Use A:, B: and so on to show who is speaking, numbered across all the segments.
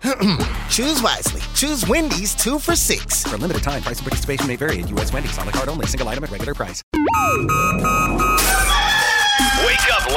A: Choose wisely. Choose Wendy's two for six.
B: For a limited time, price and participation may vary at U.S. Wendy's on the card only, single item at regular price.
C: Wake up,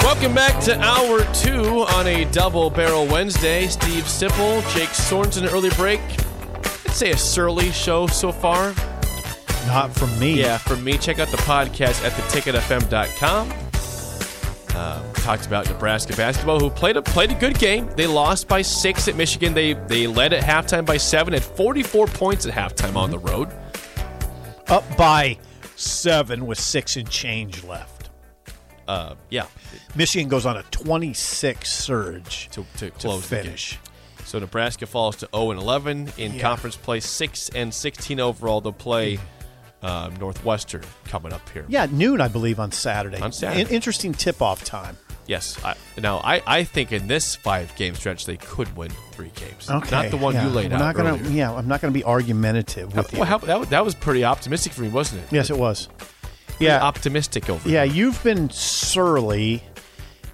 D: Welcome back to hour two on a double barrel Wednesday. Steve Sipple, Jake Sorensen, early break. I'd say a surly show so far.
E: Not from me.
D: Yeah, for me, check out the podcast at theticketfm.com. Uh, talked about Nebraska basketball, who played a played a good game. They lost by six at Michigan. They they led at halftime by seven. At 44 points at halftime on the road.
E: Up by seven with six and change left.
D: Uh, yeah,
E: Michigan goes on a 26 surge
D: to, to close the game.
E: finish.
D: So Nebraska falls to 0 and 11 in
E: Yeah.
D: conference play, 6 and 16 overall. They'll play um, Northwestern coming up here.
E: Yeah, at noon, I believe, on Saturday.
D: On Saturday.
E: In- interesting tip off time.
D: Yes. I, now I, I think in this five game stretch they could win three games.
E: Okay.
D: Not the one
E: yeah.
D: you laid
E: We're
D: out.
E: not gonna,
D: earlier.
E: Yeah, I'm not going to be argumentative with you.
D: Well, how, that, wa- that was pretty optimistic for me, wasn't it?
E: yes, it was.
D: Pretty
E: Yeah.
D: Optimistic over.
E: Yeah,
D: here.
E: you've been surly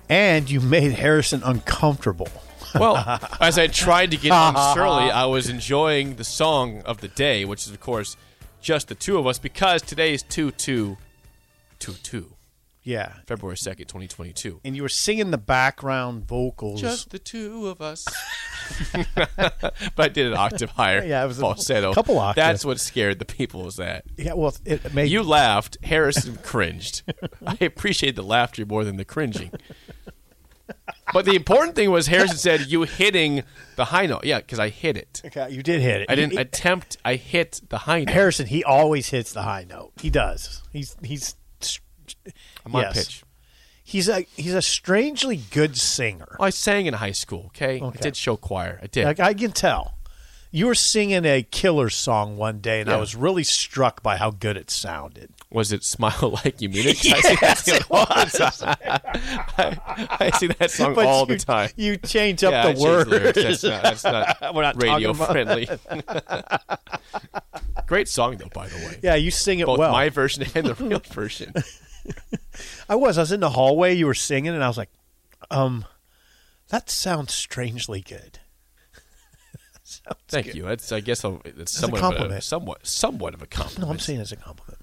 E: and you made Harrison uncomfortable.
D: Well, as I tried to get on Shirley, I was enjoying the song of the day, which is of course just the two of us because today is two two two two
E: Yeah.
D: February second, twenty twenty two.
E: And you were singing the background vocals.
D: Just the two of us. but I did an octave higher.
E: Yeah, it was a
D: falsetto.
E: couple octaves.
D: That's what scared the people. Was that
E: yeah, well, it made
D: you laughed? Harrison cringed. I appreciate the laughter more than the cringing. But the important thing was Harrison said you hitting the high note. Yeah, because I hit it.
E: Okay, you did hit it.
D: I didn't
E: He-
D: attempt. I hit the high note.
E: Harrison, he always hits the high note. He does. He's he's
D: I'm on
E: yes.
D: pitch.
E: he's a he's a strangely good singer.
D: Oh, I sang in high school. Okay, I
E: Okay.
D: did show choir. I did.
E: Like I can tell. You were singing a killer song one day, and I
D: Yeah.
E: was really struck by how good it sounded.
D: was it "Smile Like You Mean It"? 'Cause I sing that song all the time. I, I sing that song
E: But
D: all
E: you-
D: the time.
E: You change up
D: yeah,
E: the
D: I changed
E: word.
D: lyrics. That's not, that's not
E: We're not
D: radio
E: talking about-
D: friendly. Great song though, by the way.
E: Yeah, you sing it
D: Both
E: well.
D: my version and the real version.
E: I was. I was in the hallway. You were singing, and I was like, um, that sounds strangely good.
D: Thank you. That's I guess a, it's somewhat of a
E: compliment.
D: somewhat somewhat of a compliment.
E: No, I'm saying it as a compliment.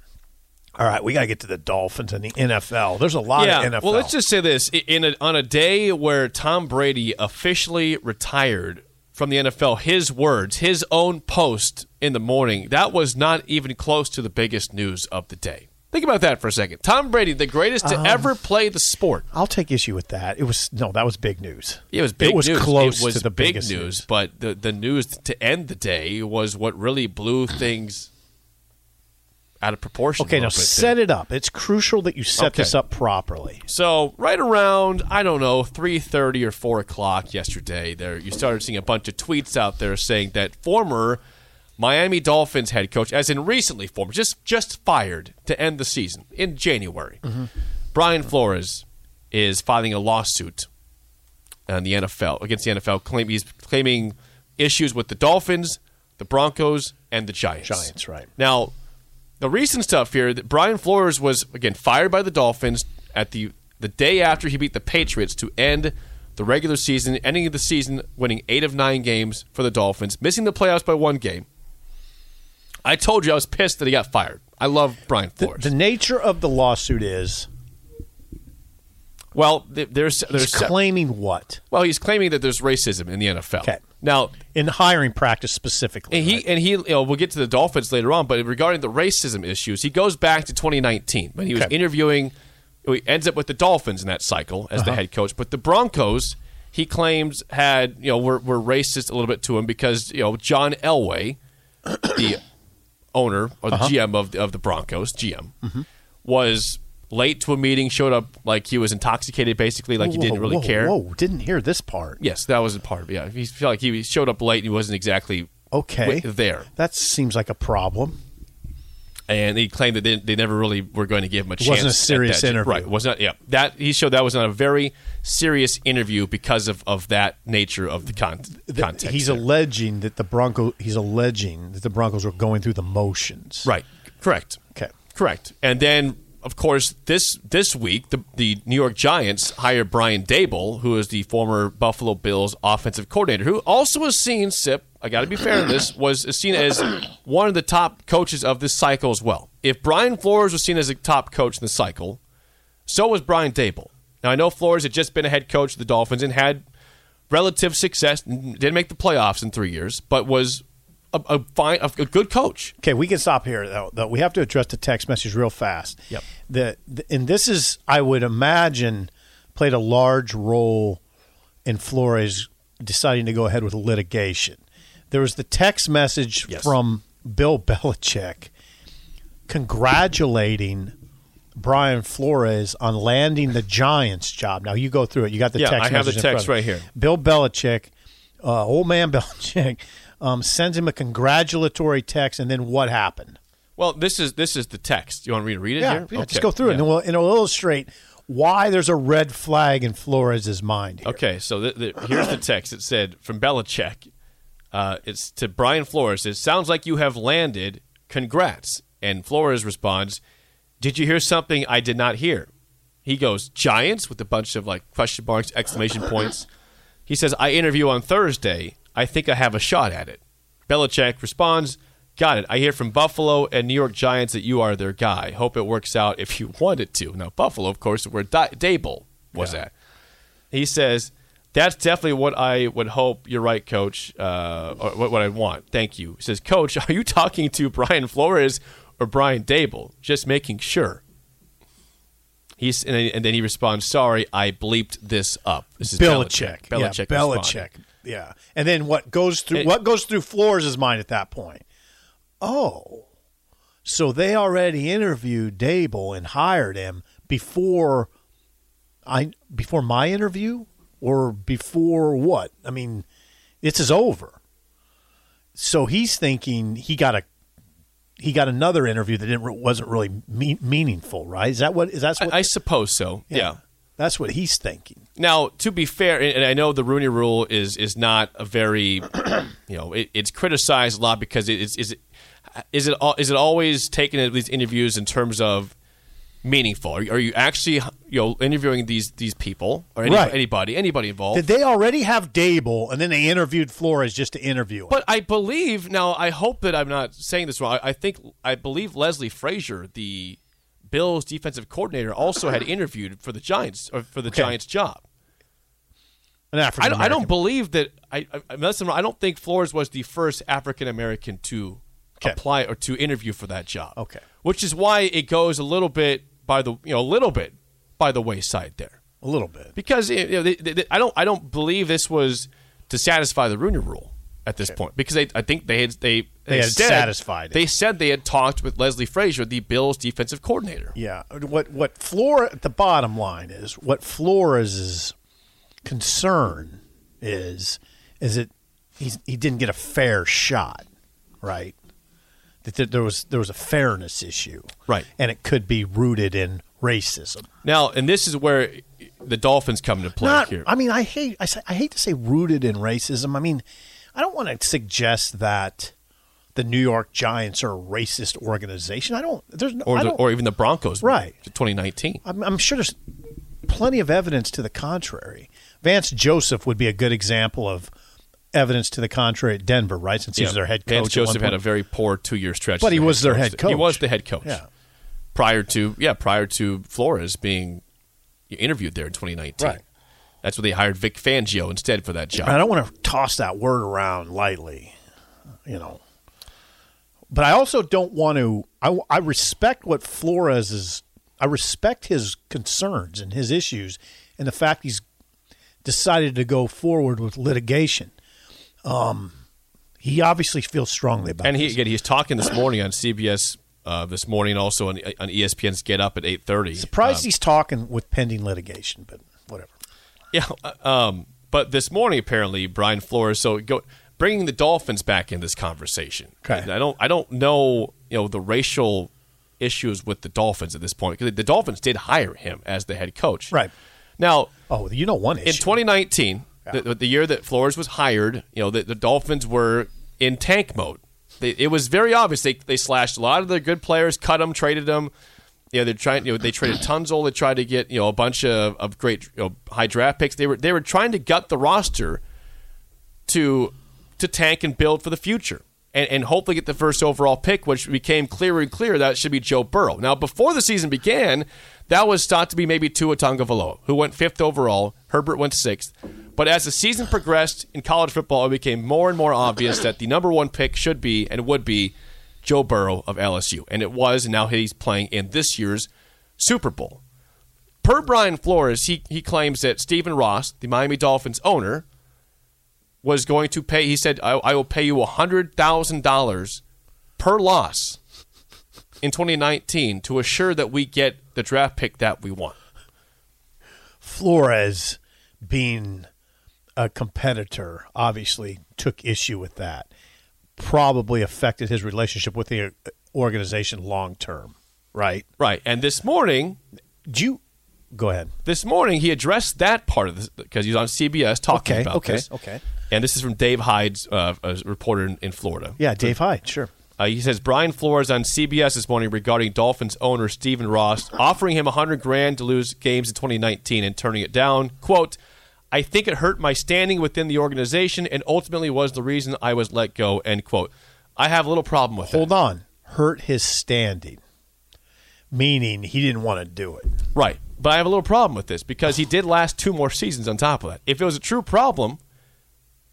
E: All right, we got to get to the Dolphins and the NFL. There's a lot
D: yeah.
E: of NFL.
D: Well, let's just say this: I- in a, on a day where Tom Brady officially retired from the NFL, his words, his own post in the morning, that was not even close to the biggest news of the day. Think about that for a second. Tom Brady, the greatest to
E: Um,
D: ever play the sport.
E: I'll take issue with that. It was no, that was big news.
D: It was big.
E: It was
D: news.
E: close
D: It was
E: to the
D: big
E: biggest
D: news, but the the news to end the day was what really blew things out of proportion.
E: Okay,
D: a
E: now
D: little bit
E: set
D: there.
E: it up. It's crucial that you set
D: Okay.
E: this up properly.
D: So right around I don't know three thirty or four o'clock yesterday, there you started seeing a bunch of tweets out there saying that former Miami Dolphins head coach, as in recently former, just just fired to end the season in January, Brian Flores is filing a lawsuit on uh, the NFL against the NFL. Claim he's claiming issues with the Dolphins, the Broncos, and the Giants.
E: Giants, right.
D: Now, the recent stuff here that Brian Flores was again fired by the Dolphins at the the day after he beat the Patriots to end the regular season, ending the season winning eight of nine games for the Dolphins, missing the playoffs by one game. I told you I was pissed that he got fired. I love Brian
E: The,
D: Flores.
E: the nature of the lawsuit is
D: Well, th- there's there's
E: He's claiming what
D: well, he's claiming that there's racism in the NFL.
E: Okay.
D: Now,
E: in hiring practice specifically.
D: And he
E: right?
D: and he, you know, we'll get to the Dolphins later on, but regarding the racism issues, he goes back to 2019 when he was
E: Okay.
D: interviewing. He ends up with the Dolphins in that cycle as
E: Uh-huh.
D: the head coach, but the Broncos he claims had you know were, were racist a little bit to him because you know John Elway, the owner or
E: Uh-huh.
D: the GM of of the Broncos, GM,
E: Mm-hmm.
D: was late to a meeting, showed up like he was intoxicated, basically like he
E: Whoa,
D: didn't really
E: whoa,
D: care.
E: Whoa, didn't hear this part.
D: Yes, that was a part of it. Yeah, he felt like he showed up late and he wasn't exactly
E: Okay.
D: wi- there.
E: That seems like a problem.
D: and he claimed that they, they never really were going to give him a chance.
E: wasn't a
D: at
E: serious
D: that.
E: interview.
D: right? Was not. Yeah, that he showed that was not a very serious interview because of, of that nature of the con-
E: Th-
D: context.
E: he's
D: there.
E: alleging that the Bronco he's alleging that the Broncos were going through the motions.
D: right, correct,
E: Okay.
D: correct. And then, of course, this this week the the New York Giants hired Brian Dable, who is the former Buffalo Bills offensive coordinator, who also was seen. Sip, I got to be fair to this, was seen as one of the top coaches of this cycle as well. If Brian Flores was seen as a top coach in the cycle. So was Brian Dable. Now I know Flores had just been a head coach of the Dolphins and had relative success. n- Didn't make the playoffs in three years, but was a, a fine, a, a good coach.
E: Okay, we can stop here though. though. We have to address the text message real fast.
D: Yep.
E: The, the and this is I would imagine played a large role in Flores deciding to go ahead with litigation. There was the text message from Bill Belichick congratulating Brian Flores on landing the Giants job. Now you go through it. You got the
D: Yeah,
E: text.
D: I have the
E: message in
D: text
E: front of
D: right
E: it.
D: here.
E: Bill Belichick, uh, old man Belichick, um, sends him a congratulatory text, and then what happened?
D: Well, this is this is the text. You want me to read it
E: Yeah,
D: here?
E: yeah,
D: Okay,
E: just go through it,
D: yeah.
E: and we'll, and it'll illustrate why there's a red flag in Flores' mind. Here.
D: Okay, so the, the, here's the text. It said from Belichick. Uh, it's to Brian Flores. It sounds like you have landed. Congrats. And Flores responds, "Did you hear something I did not hear?" He goes Giants with a bunch of like question marks, exclamation points. He says, "I interview on Thursday. I think I have a shot at it." Belichick responds, "Got it. I hear from Buffalo and New York Giants that you are their guy. Hope it works out if you want it to." Now Buffalo, of course, where Di- Dable was at he says that's definitely what I would hope. You're right, Coach. Uh, or what, what I want. Thank you. He says, Coach, are you talking to Brian Flores or Brian Dable? Just making sure. He's and then, and then he responds, "Sorry, I bleeped this up." This is
E: Belichick,
D: Belichick.
E: yeah,
D: responded.
E: Belichick, yeah. And then what goes through
D: It-
E: what goes through Flores' mind at that point? Oh, so they already interviewed Dable and hired him before I before my interview or before what? I mean, this is over. So he's thinking he got a he got another interview that didn't wasn't really mean, meaningful, right? Is that what is that what
D: I, I suppose so. yeah.
E: That's what he's thinking.
D: Now, to be fair, and, and I know the Rooney Rule is is not a very, you know, it, it's criticized a lot because it is is it is it al- is it always taken at these interviews in terms of meaningful? Are you, are you actually you know interviewing these these people or any,
E: Right.
D: anybody anybody involved?
E: Did they already have Dable, and then they interviewed Flores just to interview him?
D: But I believe now. I hope that I'm not saying this wrong. I, I think I believe Leslie Frazier, the Bills' defensive coordinator, also had interviewed for the Giants or for the Giants' job.
E: An
D: I
E: African
D: don't, I don't believe that. I, I unless I'm wrong, I don't think Flores was the first African American to
E: Okay.
D: apply or to interview for that job.
E: Okay.
D: which is why it goes a little bit by the you know a little bit by the wayside there
E: a little bit.
D: because you know, they, they, they- I don't I don't believe this was to satisfy the Rooney Rule at this point because they, I think they had they
E: They had
D: said-
E: satisfied it.
D: They said they had talked with Leslie Frazier, the Bills' defensive coordinator.
E: Yeah. What what Flora? The bottom line is what Flores' concern is is that he's, he didn't get a fair shot, right? That there- there was there was a fairness issue,
D: Right.
E: And it could be rooted in racism.
D: Now, and this is where the Dolphins come into play
E: Not,
D: here.
E: I mean, I hate I, say- I hate to say rooted in racism. I mean, I don't want to suggest that the New York Giants are a racist organization. I don't. There's no.
D: or
E: I
D: the,
E: don't-
D: or even the Broncos,
E: Right.
D: 2019.
E: I'm, I'm sure there's plenty of evidence to the contrary. Vance Joseph would be a good example of evidence to the contrary at Denver, right? Since he was their head coach.
D: Vance
E: at one
D: Joseph had a
E: point.
D: very poor two year stretch,
E: But
D: as
E: he was their head
D: He
E: coach.
D: was the head coach.
E: Yeah.
D: Prior to yeah, prior to Flores being You interviewed there in 2019.
E: Right.
D: That's when they hired Vic Fangio instead for that job.
E: I don't want to toss that word around lightly, you know. But I also don't want to. I, I respect what Flores is. I respect his concerns and his issues, and the fact he's decided to go forward with litigation. Um, he obviously feels strongly about.
D: And he
E: this.
D: again, he's talking this morning on CBS uh, this morning, also on, on E ESPN's Get Up at 8:30.
E: surprised he's talking with pending litigation, but whatever.
D: Yeah. uh, Um, but this morning, apparently, Brian Flores. So go bringing the Dolphins back in this conversation.
E: Okay.
D: And I don't. I don't know. You know the racial issues with the Dolphins at this point because the Dolphins did hire him as the head coach.
E: Right.
D: Now
E: Oh, you know one issue.
D: in 2019, the, the year that Flores was hired, you know the, the Dolphins were in tank mode. They, it was very obvious. They they slashed a lot of their good players, cut them, traded them. You know, they're trying. You know, they traded Tunzel. They tried to get you know a bunch of, of great you know, high draft picks. They were they were trying to gut the roster to to tank and build for the future and, and hopefully get the first overall pick, which became clearer and clearer that it should be Joe Burrow. Now, before the season began, that was thought to be maybe Tua Tagovailoa, who went fifth overall. Herbert went sixth. But as the season progressed in college football, it became more and more obvious that the number one pick should be and would be Joe Burrow of LSU. And it was, and now he's playing in this year's Super Bowl. Per Brian Flores, he, he claims that Stephen Ross, the Miami Dolphins owner, was going to pay. He said, "I, I will pay you hundred thousand dollars per loss in 2019 to assure that we get the draft pick that we want."
E: Flores being a competitor obviously took issue with that. Probably affected his relationship with the organization long term, right?
D: Right. And this morning,
E: Do you go ahead?
D: this morning he addressed that part of this because he's on CBS talking
E: Okay,
D: about
E: okay,
D: this.
E: okay.
D: And this is from Dave Hyde's uh, a reporter in, in Florida.
E: Yeah, Dave Hyde, sure.
D: Uh, he says Brian Flores on CBS this morning regarding Dolphins owner Stephen Ross offering him 100 grand to lose games in 2019 and turning it down. "Quote: I think it hurt my standing within the organization and ultimately was the reason I was let go." End quote. I have a little problem with
E: Hold
D: that.
E: on. Hurt his standing. Meaning he didn't want to do it.
D: Right, but I have a little problem with this because he did last two more seasons on top of that. If it was a true problem,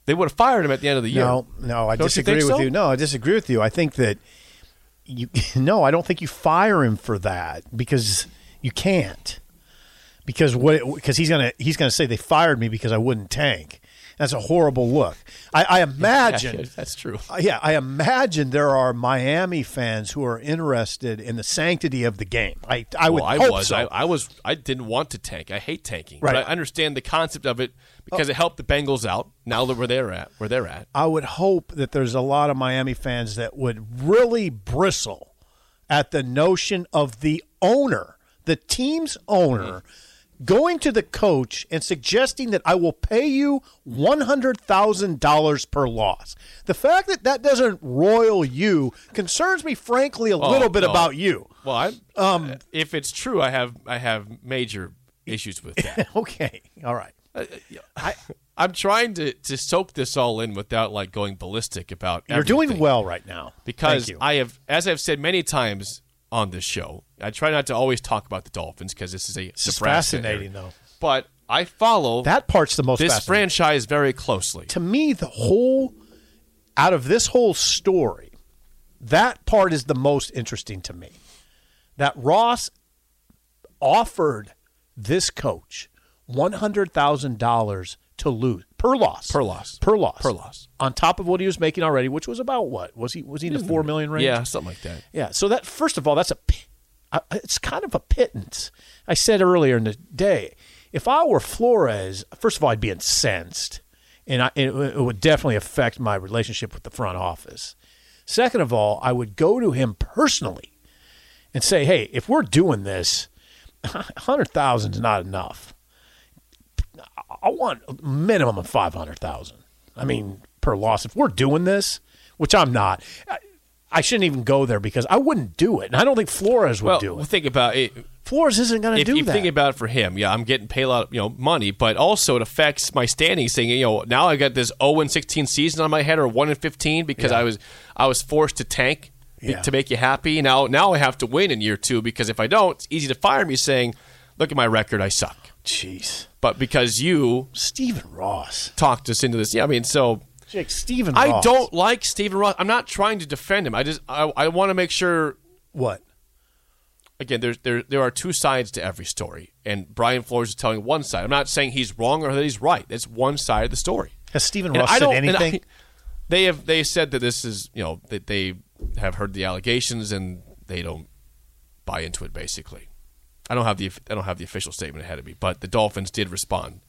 D: they would have fired him at the end of the year.
E: No, no, I
D: Don't you
E: disagree
D: think
E: with
D: so?
E: you. No, I disagree with you. I think that you no, I don't think you fire him for that because you can't. Because what because he's going to he's going to say they fired me because I wouldn't tank. That's a horrible look. I, I imagine
D: Yeah, that's true.
E: uh, yeah, I imagine there are Miami fans who are interested in the sanctity of the game. I I would
D: well, I
E: hope
D: was.
E: so.
D: I, I was. I didn't want to tank. I hate tanking.
E: Right. Oh.
D: But I understand the concept of it because it helped the Bengals out. Now that where they're at, where they're at.
E: I would hope that there's a lot of Miami fans that would really bristle at the notion of the owner, the team's owner,
D: Mm-hmm.
E: going to the coach and suggesting that I will pay you $100,000 per loss. The fact that that doesn't royal you concerns me, frankly, a little bit
D: Oh, no.
E: about you.
D: Well, I, um, if it's true, I have I have major issues with that.
E: Okay. All right.
D: I, I'm trying to to soak this all in without like going ballistic about.
E: You're doing
D: everything.
E: well right now.
D: because
E: Thank you.
D: I have, as I've said many times on this show, I try not to always talk about the Dolphins because this is a
E: This is
D: Nebraska area.
E: fascinating, though.
D: But I follow
E: that part's the most
D: this
E: fascinating.
D: franchise very closely.
E: to me the whole out of this whole story that part is the most interesting to me that ross offered this coach $100000 to lose per loss
D: Per loss.
E: per loss
D: Per loss. Hmm.
E: on top of what he was making already which was about what was he was he in the 4 million range
D: Yeah, something like that.
E: yeah. So that first of all, that's a pi- I- it's kind of a pittance. I said earlier in the day, if I were Flores, first of all, I'd be incensed, and I, it, it would definitely affect my relationship with the front office. Second of all, I would go to him personally and say, "Hey, if we're doing this, hundred thousand is not enough. I want a minimum of five hundred thousand. I mean, per loss. If we're doing this, which I'm not, I, I shouldn't even go there because I wouldn't do it, and I don't think Flores would
D: Well,
E: do it.
D: think about it.
E: Flores isn't going to
D: If
E: do
D: you
E: that.
D: think about it for him, yeah, I'm getting paid a lot, of, you know, money, but also it affects my standing. Saying, you know, now I got this 0 and 16 season on my head, or 1 and 15 because I was I was forced to tank be-
E: Yeah.
D: to make you happy. Now now I have to win in year two because if I don't, it's easy to fire me saying, look at my record, I suck.
E: Jeez.
D: But because you
E: Stephen Ross.
D: talked us into this, yeah, I mean, so
E: Jake, Stephen Ross.
D: I don't like Stephen Ross. I'm not trying to defend him. I just I, I want to make sure
E: What?
D: again, there's there there are two sides to every story, and Brian Flores is telling one side. I'm not saying he's wrong or that he's right. That's one side of the story.
E: Has Stephen
D: And
E: Ross
D: I
E: said
D: don't- and I-
E: anything?
D: they have they said that this is you know that they have heard the allegations and they don't buy into it. Basically, I don't have the I don't have the official statement ahead of me, but the Dolphins did respond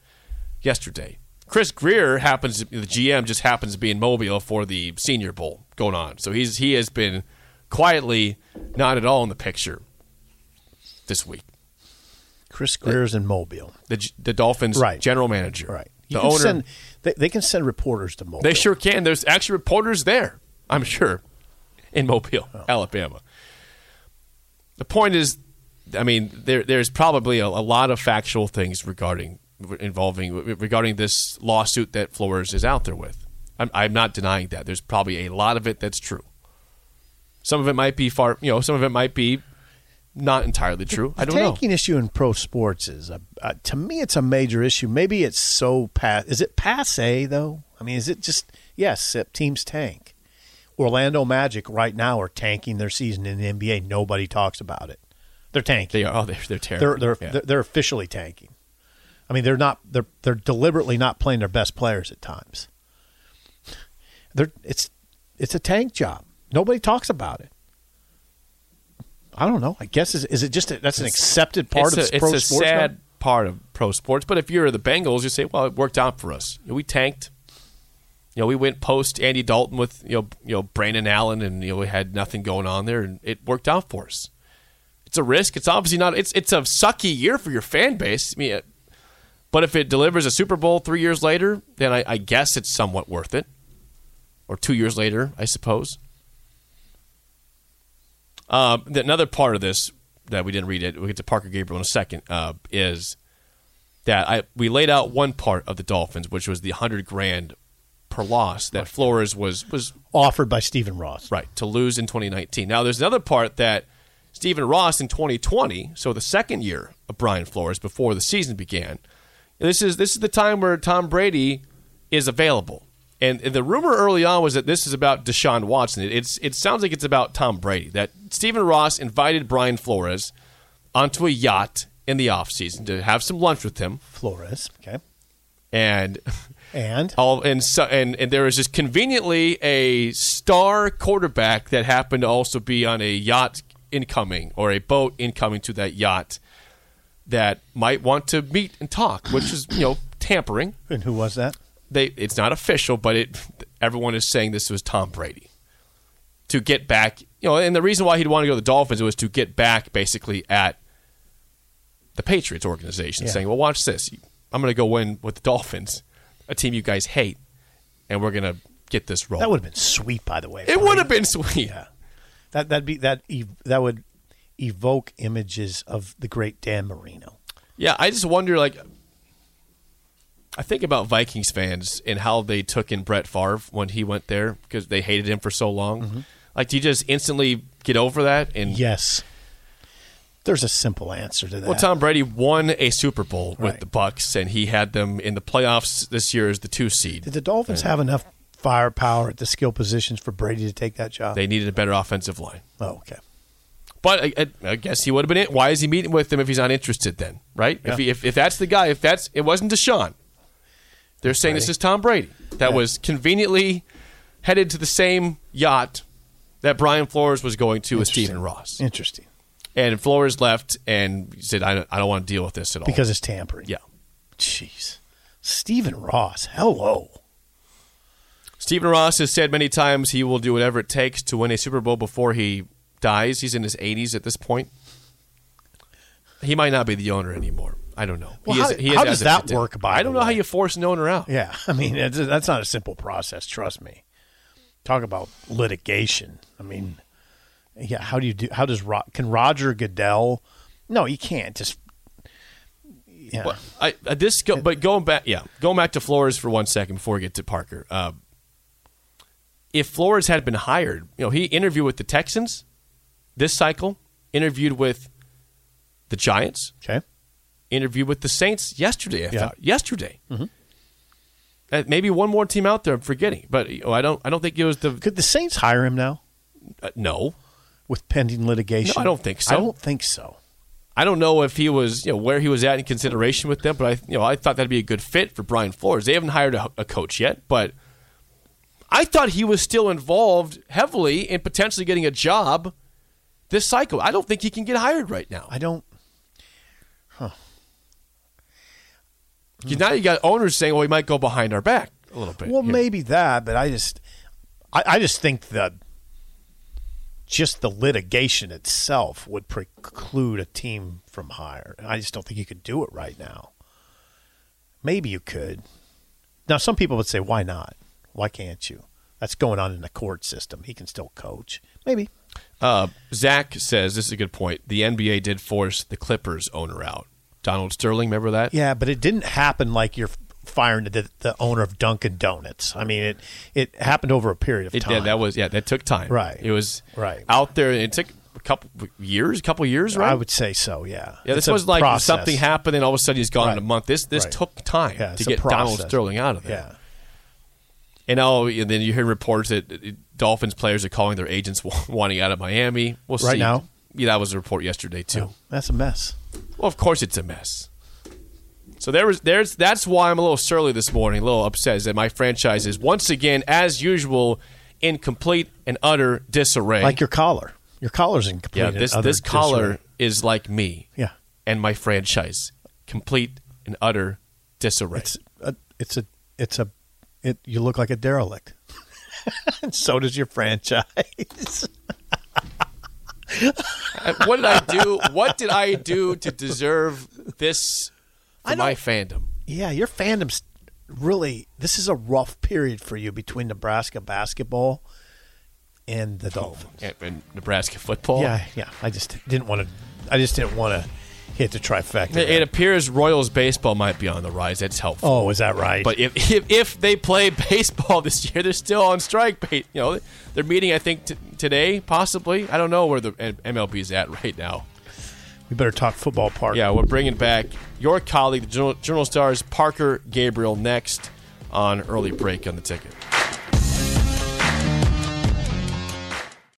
D: yesterday. Chris Greer happens the GM just happens to be in Mobile for the Senior Bowl going on, so he's he has been quietly not at all in the picture this week.
E: Chris Greer's in Mobile.
D: The G- the Dolphins
E: Right.
D: general manager,
E: Right. You
D: The
E: can
D: owner,
E: Send, they, they can send reporters to Mobile.
D: They sure can. There's actually reporters there, I'm sure, in Mobile,
E: Oh.
D: Alabama. The point is, I mean, there there's probably a, a lot of factual things regarding involving regarding this lawsuit that Flores is out there with. I'm, I'm not denying that. There's probably a lot of it that's true. Some of it might be far, you know, some of it might be not entirely true. I don't know.
E: Tanking issue in pro sports is a, uh, to me it's a major issue. Maybe it's so pass. Is it passe though? I mean, is it just yes? uh, Teams tank. Orlando Magic right now are tanking their season in the NBA. Nobody talks about it. They're tanking.
D: They are. Oh, they're, they're terrible.
E: They're they're
D: Yeah.
E: they're, they're officially tanking. I mean, they're not. They're they're deliberately not playing their best players at times. They're it's it's a tank job. Nobody talks about it. I don't know. I guess is is it just a, that's an accepted part
D: it's
E: of
D: a,
E: pro
D: it's a
E: sports now?
D: sad part of pro sports. But if you're the Bengals, you say, well, it worked out for us. You know, we tanked. You know, we went post Andy Dalton with you know you know Brandon Allen, and you know we had nothing going on there, and it worked out for us. It's a risk. It's obviously not. It's it's a sucky year for your fan base. I mean, it- but if it delivers a Super Bowl three years later, then I, I guess it's somewhat worth it. Or two years later, I suppose. Um, th- another part of this that we didn't read it, we'll get to Parker Gabriel in a second, uh, is that I we laid out one part of the Dolphins, which was the hundred grand per loss that Flores was was
E: offered by Stephen Ross.
D: right to lose in 2019. Now there's another part that Stephen Ross in 2020, so the second year of Brian Flores before the season began. This is this is the time where Tom Brady is available. And and the rumor early on was that this is about Deshaun Watson. It, it's it sounds like it's about Tom Brady. That Stephen Ross invited Brian Flores onto a yacht in the offseason to have some lunch with him
E: Flores. Okay.
D: and
E: And
D: all and so and, and there was just conveniently a star quarterback that happened to also be on a yacht incoming or a boat incoming to that yacht that might want to meet and talk, which is you know tampering.
E: and who was that?
D: They it's not official, but it everyone is saying this was Tom Brady to get back. You know, and the reason why he'd want to go to the Dolphins was to get back basically at the Patriots organization,
E: Yeah.
D: saying, "Well, watch this. I'm going to go win with the Dolphins, a team you guys hate, and we're going to get this rolling."
E: That would have been sweet, by the way.
D: it would have been sweet.
E: That that'd be that ev- that would evoke images of the great Dan Marino.
D: Yeah, I just wonder. Like, I think about Vikings fans and how they took in Brett Favre when he went there because they hated him for so long.
E: Mm-hmm.
D: Like, do you just instantly get over that? And
E: Yes. There's a simple answer to that.
D: well, Tom Brady won a Super Bowl with
E: Right.
D: the Bucks, and he had them in the playoffs this year as the two
E: Did
D: seed.
E: the Dolphins have enough firepower at the skill positions for Brady to take that job?
D: They needed a better offensive line.
E: oh, okay.
D: But I, I, I guess he would have been it. Why is he meeting with them if he's not interested then? Right? If, he, if if that's the guy, if that's it wasn't Deshaun. They're saying this is Tom Brady that was conveniently headed to the same yacht that Brian Flores was going to with Stephen Ross.
E: Interesting.
D: And Flores left and said, I, don't- I don't want to deal with this at all.
E: Because it's tampering.
D: yeah.
E: Jeez. Stephen Ross. Hello.
D: Stephen Ross has said many times he will do whatever it takes to win a Super Bowl before he dies. He's in his 80s at this point. He might not be the owner anymore. I don't know.
E: Well,
D: he
E: how- how does
D: as of
E: that
D: today.
E: work, by
D: I don't
E: the
D: know how
E: way?
D: you force an owner out.
E: Yeah. I mean, it's, that's not a simple process. Trust me. Talk about litigation. I mean, yeah. How do you do? How does Ro- can Roger Goodell? No, you can't. Just yeah.
D: But I, I- this go, but going back, yeah, going back to Flores for one second before we get to Parker. Uh, if Flores had been hired, you know, he interviewed with the Texans this cycle, interviewed with the Giants,
E: Okay.
D: interview with the Saints yesterday. I
E: Yeah. Mm-hmm.
D: thought yesterday. Uh, maybe one more team out there I'm forgetting, but you know, I don't. I don't think it was the
E: Could the Saints hire him now
D: uh, no.
E: with pending litigation?
D: No, I don't think so.
E: I don't think so.
D: I don't know if he was, you know, where he was at in consideration with them, but I, you know, I thought that'd be a good fit for Brian Flores. They haven't hired a, a coach yet, but I thought he was still involved heavily in potentially getting a job this cycle. I don't think he can get hired right now.
E: I don't.
D: 'Cause now you got owners saying, "Well, he might go behind our back a little bit."
E: Mm-hmm. Well,
D: you know.
E: maybe that, but I just, I, I just think that just the litigation itself would preclude a team from hire. I just don't think you could do it right now. Maybe you could. Now, some people would say, "Why not? Why can't you?" That's going on in the court system. He can still coach. Maybe.
D: Uh, Zach says this is a good point. The NBA did force the Clippers owner out. Donald Sterling, remember that?
E: Yeah, but it didn't happen like you're firing the, the owner of Dunkin' Donuts. I mean, it it happened over a period of
D: It
E: time.
D: did. That was yeah. That took time.
E: Right.
D: It was
E: Right.
D: out there. It took a couple years. Couple years. Right.
E: I would say so. Yeah.
D: yeah. This
E: It's a
D: was like
E: process.
D: something happened and all of a sudden he's gone in a
E: Right.
D: month. This this
E: Right.
D: took time
E: Yeah,
D: to
E: it's a
D: get Donald
E: process.
D: Sterling out of there.
E: Yeah.
D: And oh, and then you hear reports that uh, Dolphins players are calling their agents wa- wanting out of Miami. We'll
E: Right
D: see.
E: now? Oh.
D: Yeah, that was a report yesterday too.
E: That's a mess.
D: Well, of course it's a mess. So there was there's that's why I'm a little surly this morning, a little upset is that my franchise is once again, as usual, in complete and utter disarray.
E: Like your collar. Your collar's incomplete.
D: yeah,
E: and
D: this
E: other
D: this collar
E: disarray.
D: is like me.
E: Yeah.
D: And my franchise. Complete and utter disarray.
E: It's a, it's a it's a it you look like a derelict. and so does your franchise.
D: I- Uh, what did I do? What did I do to deserve this for my fandom?
E: yeah, your fandom's really this is a rough period for you between Nebraska basketball and the Dolphins.
D: And, and Nebraska football.
E: Yeah, yeah. I just didn't want to I just didn't want to hit the trifecta.
D: It, it appears Royals baseball might be on the rise. That's helpful.
E: oh, is that right?
D: But if, if if they play baseball this year, they're still on strike. Ba- You know, they're meeting I think t- today, possibly. I don't know where the M- MLB is at right now.
E: we better talk football part.
D: Yeah, we're bringing back your colleague, the Journal, Journal Stars Parker Gabriel, next on early break on the ticket.